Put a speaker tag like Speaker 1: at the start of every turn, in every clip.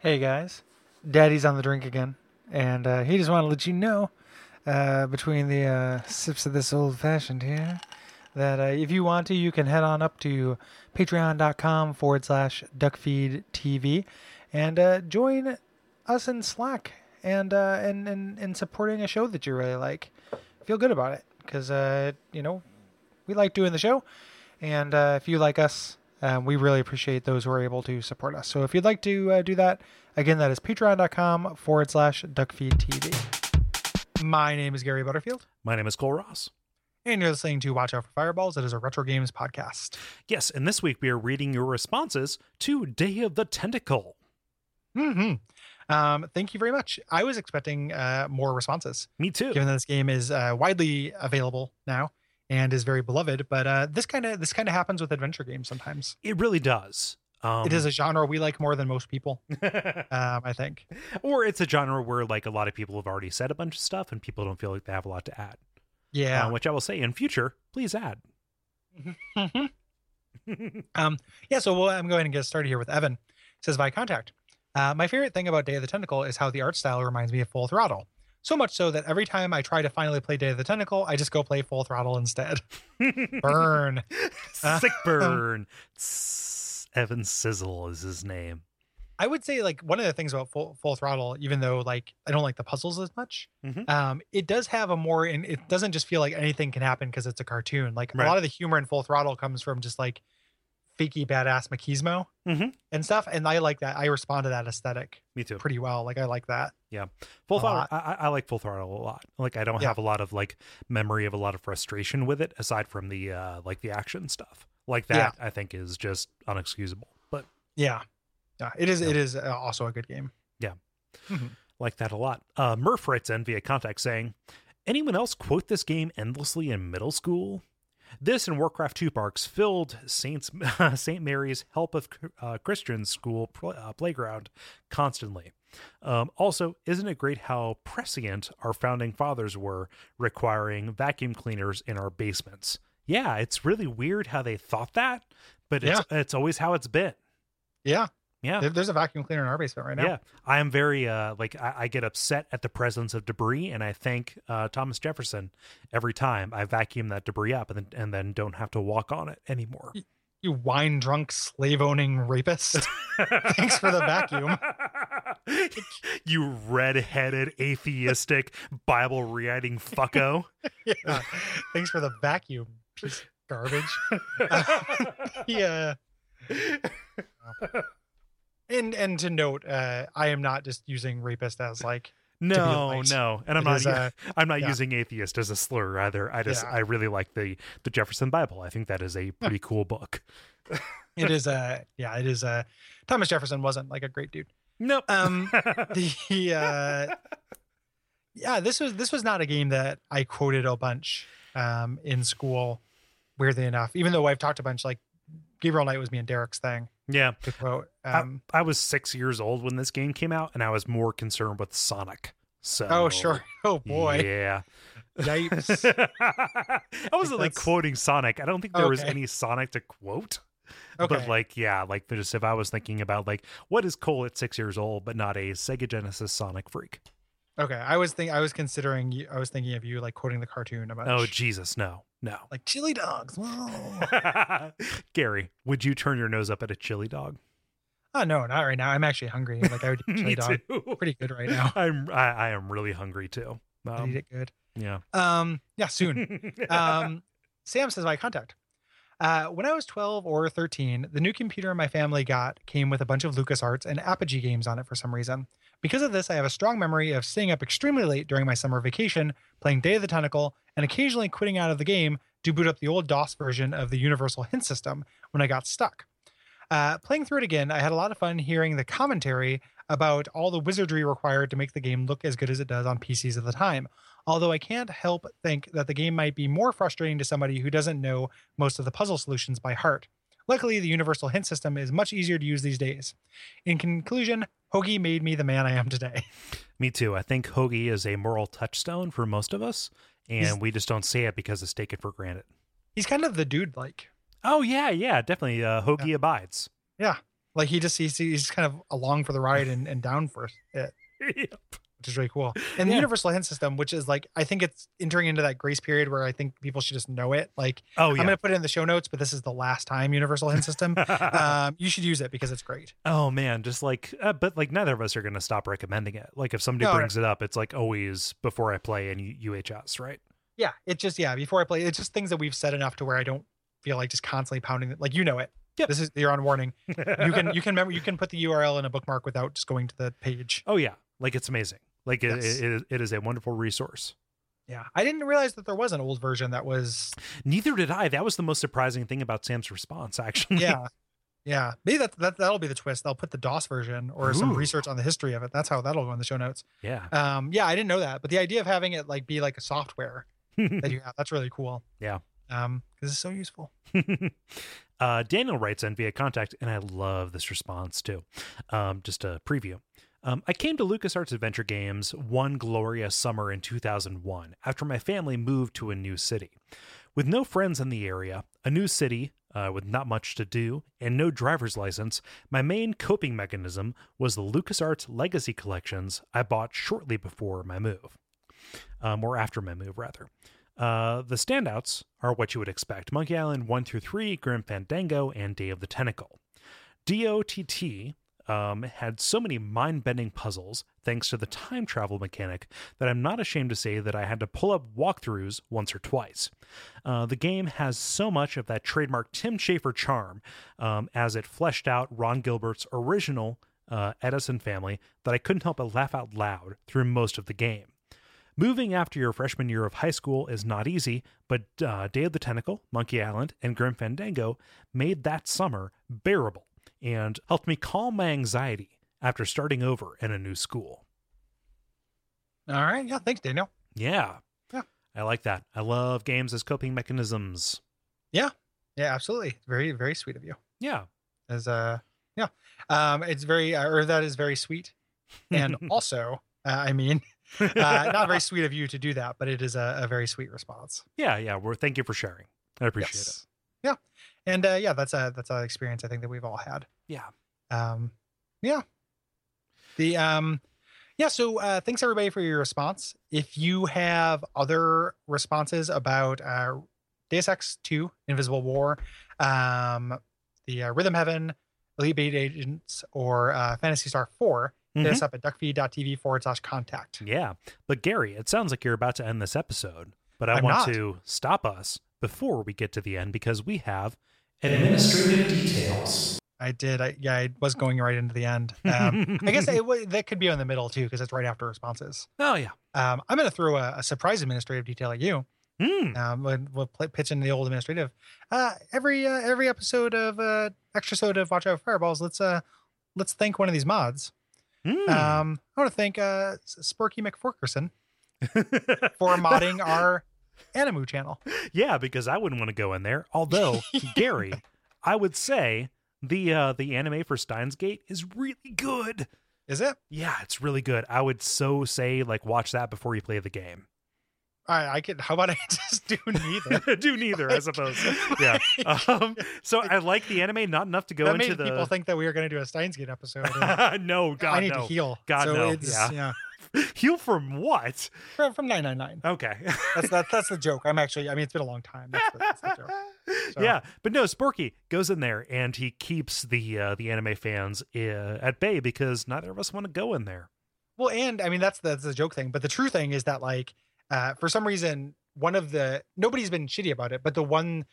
Speaker 1: Hey guys, Daddy's on the drink again, and uh, he just wanted to let you know, uh, between the uh, sips of this old fashioned here, that uh, if you want to, you can head on up to patreon.com forward slash duckfeedtv and uh, join us in Slack and uh, and, and and supporting a show that you really like. Feel good about it because uh, you know we like doing the show, and uh, if you like us, um, we really appreciate those who are able to support us. So if you'd like to uh, do that, again, that is patreon.com forward slash duckfeedtv. My name is Gary Butterfield,
Speaker 2: My name is Cole Ross.
Speaker 1: and you're listening to Watch Out for Fireballs. It is a retro games podcast.
Speaker 2: Yes, and this week we are reading your responses to Day of the Tentacle.
Speaker 1: hmm Um, thank you very much. I was expecting uh, more responses.
Speaker 2: Me too.
Speaker 1: given that this game is uh, widely available now and is very beloved. But uh, this kind of this kind of happens with adventure games sometimes.
Speaker 2: It really does. Um,
Speaker 1: it is a genre we like more than most people, um, I think.
Speaker 2: or it's a genre where like a lot of people have already said a bunch of stuff and people don't feel like they have a lot to add. Uh,
Speaker 1: Yeah,
Speaker 2: which I will say in future, please add.
Speaker 1: Mhm. um, yeah. So we'll, I'm going to get started here with Evan. It says by contact. Uh, my favorite thing about Day of the Tentacle is how the art style reminds me of Full Throttle. So much so that every time I try to finally play Day of the Tentacle, I just go play Full Throttle instead. Burn.
Speaker 2: Sick burn. Tss, Evan Sizzle is his name.
Speaker 1: I would say like one of the things about full, full throttle, even though like I don't like the puzzles as much,
Speaker 2: Mhm.
Speaker 1: um, it does have a more and it doesn't just feel like anything can happen because it's a cartoon. Like
Speaker 2: Right.
Speaker 1: a lot of the humor in full throttle comes from just like fakey badass machismo
Speaker 2: Mhm.
Speaker 1: and stuff. And I like that. I respond to that aesthetic
Speaker 2: Me too.
Speaker 1: pretty well. Like I like that.
Speaker 2: Full
Speaker 1: a
Speaker 2: throttle.
Speaker 1: lot.
Speaker 2: I, I- I like full throttle a lot. Like I don't
Speaker 1: Yeah.
Speaker 2: have a lot of like memory of a lot of frustration with it aside from the uh like the action stuff. Like
Speaker 1: Yeah.
Speaker 2: that I think is just unexcusable. But
Speaker 1: Yeah. Yeah. It is.
Speaker 2: Yeah.
Speaker 1: It is uh, also a good game.
Speaker 2: like that a lot. Uh Murph writes in via contact saying, Anyone else quote this game endlessly in middle school? This and Warcraft 2 parks filled Saints Saint Mary's Help of uh, Christian School pl- uh, playground constantly. Um, also, isn't it great how prescient our founding fathers were, requiring vacuum cleaners in our basements? Yeah, it's really weird how they thought that, but it's it's always how it's been.
Speaker 1: Yeah.
Speaker 2: Yeah.
Speaker 1: There- There's a vacuum cleaner in our basement right now.
Speaker 2: Yeah, I am very uh like I, I get upset at the presence of debris, and I thank uh, Thomas Jefferson every time I vacuum that debris up, and then, and then don't have to walk on it anymore.
Speaker 1: You wine drunk slave owning rapist. Thanks for the vacuum.
Speaker 2: you red-headed atheistic Bible reading fucko.
Speaker 1: yeah. Thanks for the vacuum. Piece of garbage. yeah. and and to note, uh, I am not just using rapist as like
Speaker 2: no,
Speaker 1: honest,
Speaker 2: no, and I'm
Speaker 1: it
Speaker 2: not.
Speaker 1: is,
Speaker 2: u-
Speaker 1: uh,
Speaker 2: I'm not
Speaker 1: yeah.
Speaker 2: using atheist as a slur either. I just
Speaker 1: Yeah.
Speaker 2: I really like the the Jefferson Bible. I think that is a pretty cool book.
Speaker 1: it is a yeah it is a Thomas Jefferson wasn't like a great dude.
Speaker 2: Nope.
Speaker 1: Um, the uh, yeah this was this was not a game that I quoted a bunch um, in school. Weirdly enough, even though I've talked a bunch, like Gabriel Knight was me and Derek's thing
Speaker 2: yeah.
Speaker 1: to quote. Um,
Speaker 2: I was six years old when this game came out, and I was more concerned with Sonic. So
Speaker 1: oh sure, oh boy,
Speaker 2: yeah.
Speaker 1: yipes.
Speaker 2: I wasn't like
Speaker 1: that's-
Speaker 2: quoting Sonic. I don't think there was
Speaker 1: Okay.
Speaker 2: any Sonic to quote.
Speaker 1: Okay.
Speaker 2: But like, yeah, like just if I was thinking about like what is Cole at six years old, but not a Sega Genesis Sonic freak.
Speaker 1: Okay, I was think I was considering you, I was thinking of you like quoting the cartoon about
Speaker 2: Oh Jesus, no, no.
Speaker 1: like chili dogs. Whoa.
Speaker 2: Gary, would you turn your nose up at a chili dog?
Speaker 1: oh no, not right now. I'm actually hungry. Like I would eat chili
Speaker 2: Me
Speaker 1: dog
Speaker 2: too.
Speaker 1: pretty good right now.
Speaker 2: I'm I, I am really hungry too.
Speaker 1: I'd eat
Speaker 2: Um,
Speaker 1: it good.
Speaker 2: yeah.
Speaker 1: Um, yeah, soon. Um, Sam says my contact. Uh, when I was 12 or 13, the new computer my family got came with a bunch of LucasArts and Apogee games on it for some reason. Because of this, I have a strong memory of staying up extremely late during my summer vacation, playing Day of the Tentacle, and occasionally quitting out of the game to boot up the old DOS version of the Universal Hint System when I got stuck. Uh, playing through it again, I had a lot of fun hearing the commentary about all the wizardry required to make the game look as good as it does on PCs at the time although I can't help think that the game might be more frustrating to somebody who doesn't know most of the puzzle solutions by heart. Luckily, the universal hint system is much easier to use these days. In conclusion, Hoagie made me the man I am today.
Speaker 2: Me too. I think hoagie is a moral touchstone for most of us, and
Speaker 1: He's-
Speaker 2: we just don't say it because it's taken for granted.
Speaker 1: He's kind of the dude like.
Speaker 2: Oh yeah, yeah, definitely. Uh, hoagie abides.
Speaker 1: Like he just he's, he's kind of along for the ride and, and down for it,
Speaker 2: Yep.
Speaker 1: which is really cool. And the
Speaker 2: Yeah.
Speaker 1: universal hint system, which is like I think it's entering into that grace period where I think people should just know it. Like
Speaker 2: Oh
Speaker 1: I'm
Speaker 2: yeah.
Speaker 1: gonna put it in the show notes, but this is the last time universal hint system. um, you should use it because it's great.
Speaker 2: oh man, just like uh, but like neither of us are gonna stop recommending it. Like if somebody
Speaker 1: No, no.
Speaker 2: brings it up, it's like always before I play and UHS, right?
Speaker 1: Yeah, it just yeah. Before I play, it's just things that we've said enough to where I don't feel like just constantly pounding it. Like you know it.
Speaker 2: Yep.
Speaker 1: This is you're on warning. You can you can remember you can put the URL in a bookmark without just going to the page.
Speaker 2: Oh yeah, like it's amazing. Like it,
Speaker 1: Yes.
Speaker 2: it, it is a wonderful resource.
Speaker 1: Yeah, I didn't realize that there was an old version that was.
Speaker 2: Neither did I. That was the most surprising thing about Sam's response, actually.
Speaker 1: Yeah, yeah. Maybe that, that that'll be the twist. They'll put the DOS version or some
Speaker 2: Ooh.
Speaker 1: research on the history of it. That's how that'll go in the show notes.
Speaker 2: yeah.
Speaker 1: Um, yeah, I didn't know that, but the idea of having it like be like a software that you have that's really cool.
Speaker 2: Yeah.
Speaker 1: Um, because it's so useful.
Speaker 2: uh, Daniel writes in via contact, and I love this response too. Um, just a preview. Um, I came to LucasArts Adventure Games one glorious summer in 2001 after my family moved to a new city. With no friends in the area, a new city, uh, with not much to do, and no driver's license, my main coping mechanism was the LucasArts Legacy Collections I bought shortly before my move, um, or after my move, rather. Uh, the standouts are what you would expect Monkey Island 1 through 3, Grim Fandango, and Day of the Tentacle. DOTT um, had so many mind bending puzzles, thanks to the time travel mechanic, that I'm not ashamed to say that I had to pull up walkthroughs once or twice. Uh, the game has so much of that trademark Tim Schafer charm um, as it fleshed out Ron Gilbert's original uh, Edison family that I couldn't help but laugh out loud through most of the game. Moving after your freshman year of high school is not easy, but uh, Day of the Tentacle, Monkey Island, and Grim Fandango made that summer bearable and helped me calm my anxiety after starting over in a new school.
Speaker 1: All right. Yeah. Thanks, Daniel.
Speaker 2: Yeah.
Speaker 1: Yeah.
Speaker 2: I like that. I love games as coping mechanisms.
Speaker 1: Yeah, absolutely. Very very sweet of you.
Speaker 2: Yeah.
Speaker 1: As uh, yeah. Um, it's very uh, or that is very sweet, and also uh, I mean, uh, not very sweet of you to do that, but it is a, a very sweet response.
Speaker 2: yeah, yeah. We're thank you for sharing. I appreciate it.
Speaker 1: it. Yeah, and uh, yeah, that's a that's an experience I think that we've all had.
Speaker 2: Yeah.
Speaker 1: Um, yeah. The um, yeah. So uh, thanks everybody for your response. If you have other responses about uh, Deus Ex Two, Invisible War, um, the uh, Rhythm Heaven, Elite Beat Agents, or uh, Fantasy Star Four, hit us up at duckfeed.tv forward slash contact.
Speaker 2: Yeah. But Gary, it sounds like you're about to end this episode, but I
Speaker 1: I'm
Speaker 2: want
Speaker 1: not.
Speaker 2: to stop us before we get to the end because we have administrative details.
Speaker 1: I did. I yeah, I was going right into the end. Um, I guess it, wa- that could be on the middle too, because it's right after responses.
Speaker 2: Oh yeah.
Speaker 1: Um, I'm going to throw a, a surprise administrative detail at you.
Speaker 2: Mm.
Speaker 1: Um, we'll, we'll pl- pitch in the old administrative. Uh, every uh, every episode of uh, extra episode of Watch Out for Fireballs, let's uh let's thank one of these mods.
Speaker 2: Mm.
Speaker 1: Um, I want to thank uh S- Sporky McForkerson for modding our Animu channel.
Speaker 2: yeah, because I wouldn't want to go in there. Although Gary, I would say the uh, the anime for Steins Gate is really good.
Speaker 1: Is it?
Speaker 2: Yeah, it's really good. I would so say like watch that before you play the game.
Speaker 1: I I could. How about I just do neither?
Speaker 2: Do neither, I suppose. Yeah. Um, so I like the anime, not enough to go
Speaker 1: that
Speaker 2: into
Speaker 1: made
Speaker 2: the.
Speaker 1: people think that we were going to do a Steins Gate episode. and
Speaker 2: no, God,
Speaker 1: I need
Speaker 2: no.
Speaker 1: to heal.
Speaker 2: God,
Speaker 1: so
Speaker 2: no.
Speaker 1: It's,
Speaker 2: Yeah.
Speaker 1: yeah.
Speaker 2: Heal from what?
Speaker 1: From, from 999.
Speaker 2: Okay.
Speaker 1: That's that, that's the joke. I'm actually. I mean, it's been a long time. That's the, that's the joke. So-
Speaker 2: Yeah, but no, Sporky goes in there and he keeps the uh, the anime fans uh, at bay because neither of us want to go in there.
Speaker 1: Well, and I mean that's that's the joke thing, but the true thing is that like uh, for some reason one of the nobody's been shitty about it, but the one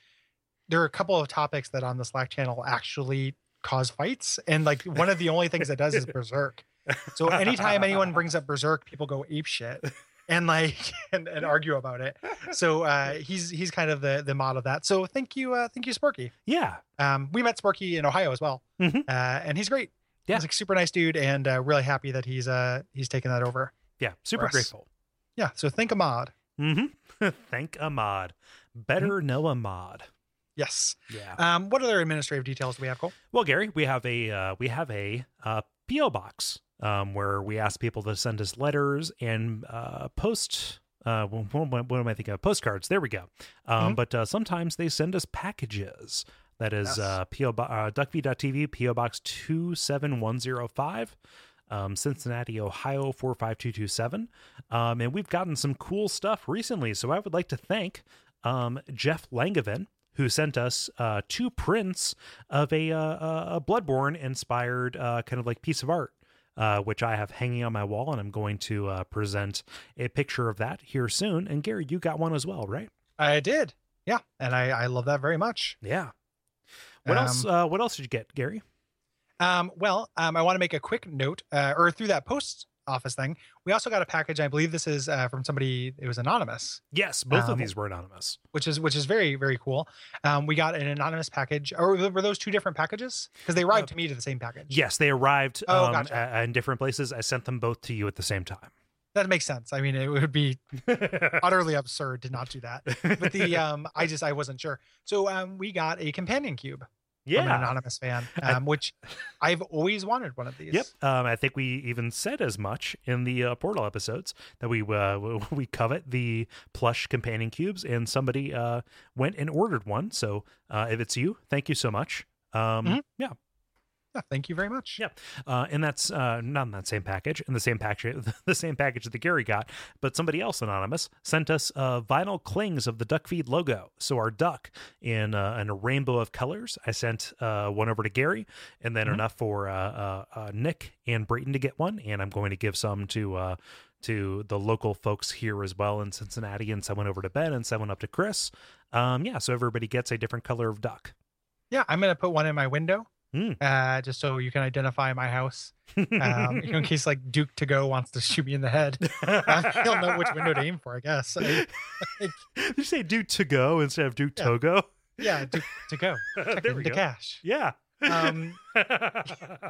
Speaker 1: there are a couple of topics that on the Slack channel actually cause fights, and like one of the only things it does is Berserk. So anytime anyone brings up Berserk, people go ape shit and like and, and argue about it. So uh, he's he's kind of the the mod of that. So thank you, uh, thank you, Sporky.
Speaker 2: Yeah.
Speaker 1: Um, we met Sporky in Ohio as well,
Speaker 2: Mhm.
Speaker 1: uh, and he's great.
Speaker 2: Yeah.
Speaker 1: he's like a super nice dude, and uh, really happy that he's uh he's taken that over.
Speaker 2: Yeah. Super
Speaker 1: Russ.
Speaker 2: grateful.
Speaker 1: Yeah, so think a mod.
Speaker 2: Mm-hmm. Thank Ahmad. Better
Speaker 1: Mm-hmm.
Speaker 2: know Ahmad.
Speaker 1: Yes.
Speaker 2: Yeah.
Speaker 1: Um, what other administrative details do we have, Cole?
Speaker 2: Well, Gary, we have a uh, we have a uh, PO box um, where we ask people to send us letters and uh, post. Uh, what, what, what am I thinking of? Postcards. There we go. Um,
Speaker 1: Mhm.
Speaker 2: But uh, sometimes they send us packages That is
Speaker 1: Yes.
Speaker 2: uh, PO Bo- uh, duckv.tv, PO Box 27105, um, Cincinnati, Ohio 45227. Um, and we've gotten some cool stuff recently. So I would like to thank um, Jeff Langevin, who sent us uh, two prints of a, uh, a Bloodborne inspired uh, kind of like piece of art. Uh, which I have hanging on my wall, and I'm going to uh, present a picture of that here soon. And Gary, you got one as well, right?
Speaker 1: I did. Yeah, and I, I love that very much.
Speaker 2: Yeah. What else? Uh, what else did you get, Gary?
Speaker 1: Um, well, um, I want to make a quick note, uh, or through that post office thing, we also got a package. I believe this is uh, from somebody. It was anonymous,
Speaker 2: Yes, both of
Speaker 1: Um,
Speaker 2: these were anonymous.
Speaker 1: which is which is very very cool. Um, we got an anonymous package, or were those two different packages? Because they arrived
Speaker 2: Uh,
Speaker 1: to me to the same package.
Speaker 2: Yes, they arrived
Speaker 1: Oh,
Speaker 2: um,
Speaker 1: gotcha.
Speaker 2: a- in different places. I sent them both to you at the same time.
Speaker 1: that makes sense. I mean, it would be utterly absurd to not do that. But the
Speaker 2: uh,
Speaker 1: um, I just I wasn't sure. So um, we got a companion cube from an
Speaker 2: yeah,
Speaker 1: anonymous fan,
Speaker 2: I-
Speaker 1: um, which I've always wanted one of these.
Speaker 2: yep. Um, I think we even said as much in the uh, Portal episodes that we uh, we covet the plush companion cubes, and somebody uh, went and ordered one. So uh, if it's you, thank you so much. Um,
Speaker 1: Mhm.
Speaker 2: Yeah,
Speaker 1: Yeah, thank you very much.
Speaker 2: Yeah. uh, and that's uh, not in that same package. In the same package, the same package that Gary got, but somebody else anonymous sent us uh, vinyl clings of the duck feed logo. So our duck in uh, in a rainbow of colors. I sent uh, one over to Gary, and then
Speaker 1: Mhm.
Speaker 2: enough for uh, uh, uh, Nick and Brayton to get one, and I'm going to give some to. Uh, to the local folks here as well in Cincinnati, and someone over to Ben, and someone up to Chris. Um, yeah, so everybody gets a different color of duck.
Speaker 1: Yeah, I'm gonna put one in my window,
Speaker 2: Mm.
Speaker 1: uh, just so you can identify my house, um, you know, in case like Duke to go wants to shoot me in the head. Uh, He'll know which window to aim for, I guess. I-
Speaker 2: Did you say do to go instead of do
Speaker 1: Yeah.
Speaker 2: togo?
Speaker 1: yeah, Duke to go. Check
Speaker 2: there we
Speaker 1: into
Speaker 2: go.
Speaker 1: cash.
Speaker 2: Yeah.
Speaker 1: Um,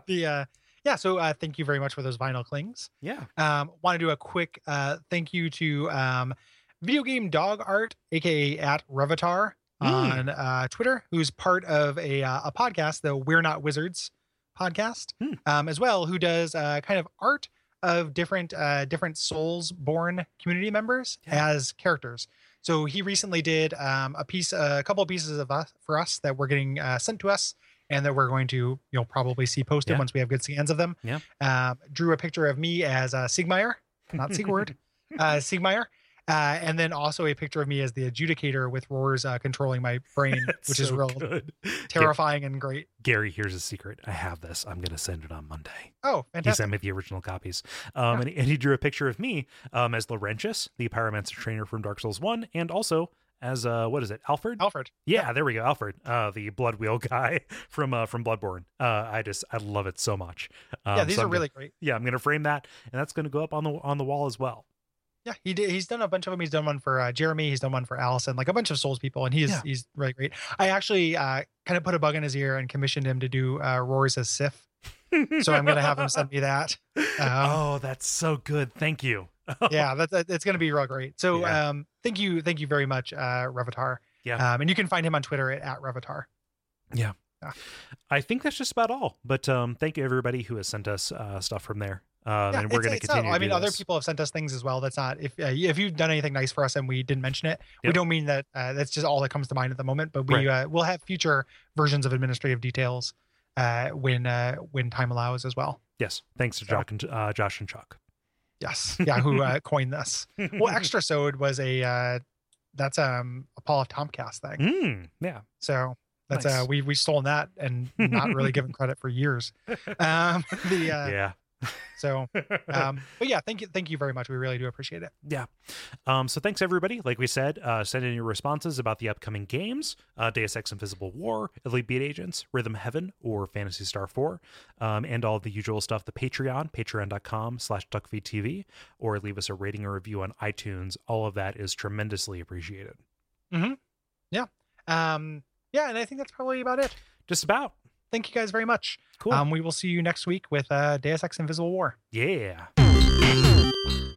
Speaker 1: the uh, yeah, so uh, thank you very much for those vinyl clings.
Speaker 2: yeah.
Speaker 1: Um, Want to do a quick uh, thank you to um, video game dog art, aka at Revatar
Speaker 2: Mm.
Speaker 1: on uh, Twitter, who's part of a uh, a podcast, the We're Not Wizards podcast,
Speaker 2: Hmm.
Speaker 1: um, as well, who does uh, kind of art of different uh, different souls born community members
Speaker 2: Yeah.
Speaker 1: as characters. So he recently did um, a piece, a couple of pieces of us for us that were getting uh, sent to us, and that we're going to you'll probably see posted
Speaker 2: Yeah.
Speaker 1: once we have good scans of them.
Speaker 2: Yeah.
Speaker 1: Um, drew a picture of me as uh, Sigmeyer, not Sigward, uh, Sigmeyer. Uh, and then also a picture of me as the adjudicator with roars uh, controlling my brain,
Speaker 2: That's
Speaker 1: which is
Speaker 2: so
Speaker 1: real
Speaker 2: good. Ga-
Speaker 1: terrifying and great.
Speaker 2: Gary, here's a secret. I have this. I'm going to send it on Monday.
Speaker 1: Oh,
Speaker 2: He
Speaker 1: fantastic!
Speaker 2: sent me the original copies. Um, and, and he drew a picture of me um, as Laurentius, the pyromancer trainer from Dark Souls 1, and also as, uh, what is it, Alfred?
Speaker 1: Alfred.
Speaker 2: yeah, there we go, Alfred, uh, the blood wheel guy from uh, from Bloodborne. Uh, I just, I love it so much. Um,
Speaker 1: yeah, these
Speaker 2: so
Speaker 1: are
Speaker 2: I'm gonna-
Speaker 1: really great.
Speaker 2: yeah, I'm going to frame that, and that's going to go up on the on the wall as well.
Speaker 1: Yeah, he did. He's done a bunch of them. He's done one for uh, Jeremy. He's done one for Allison, like a bunch of Souls people, and he's
Speaker 2: Yeah.
Speaker 1: he's really great. I actually uh, kind of put a bug in his ear and commissioned him to do uh, roars as Sif. So I'm gonna have him send Uh-huh. me that.
Speaker 2: oh, that's so good. Thank you.
Speaker 1: Yeah, that's that- that's gonna be real great. So
Speaker 2: Oh. Yeah.
Speaker 1: um, thank you, thank you very much, uh, Revatar.
Speaker 2: Yeah.
Speaker 1: Um, and you can find him on Twitter at, at Revatar.
Speaker 2: I think that's just about all. But um, thank you everybody who has sent us uh, stuff from there, um, and we're
Speaker 1: it's-
Speaker 2: going to
Speaker 1: it's not-
Speaker 2: continue.
Speaker 1: I
Speaker 2: to
Speaker 1: mean,
Speaker 2: do
Speaker 1: other
Speaker 2: this.
Speaker 1: people have sent us things as well. That's not if uh, if you've done anything nice for us and we didn't mention it, we
Speaker 2: Yep.
Speaker 1: don't mean that. Uh, that's just all that comes to mind at the moment. But we uh, will have future versions of administrative details uh, when uh, when time allows as well.
Speaker 2: Yes, thanks to
Speaker 1: So.
Speaker 2: Jock and, uh, Josh and Chuck.
Speaker 1: Yes, yeah. Who uh, coined this? Well, extra sode was a uh, that's um a Paul of Tomcast thing.
Speaker 2: Mm, yeah.
Speaker 1: So that's uh
Speaker 2: Nice.
Speaker 1: we we stolen that and not really given credit for years. Um, the uh,
Speaker 2: yeah.
Speaker 1: so um, but yeah, thank you thank you very much. We really do appreciate it.
Speaker 2: Yeah. Um, so thanks everybody. Like we said, uh, send in your responses about the upcoming games, uh, Deus Ex Invisible War, Elite Beat Agents, Rhythm Heaven, or Fantasy Star 4, um, and all the usual stuff, the Patreon, patreon.com slash duckvtv, or leave us a rating or review on iTunes. All of that is tremendously appreciated.
Speaker 1: Um, yeah, and I think that's probably about it.
Speaker 2: Just about.
Speaker 1: Thank you guys very much.
Speaker 2: Cool.
Speaker 1: Um, we will see you next week with uh, Deus Ex Invisible War.
Speaker 2: yeah.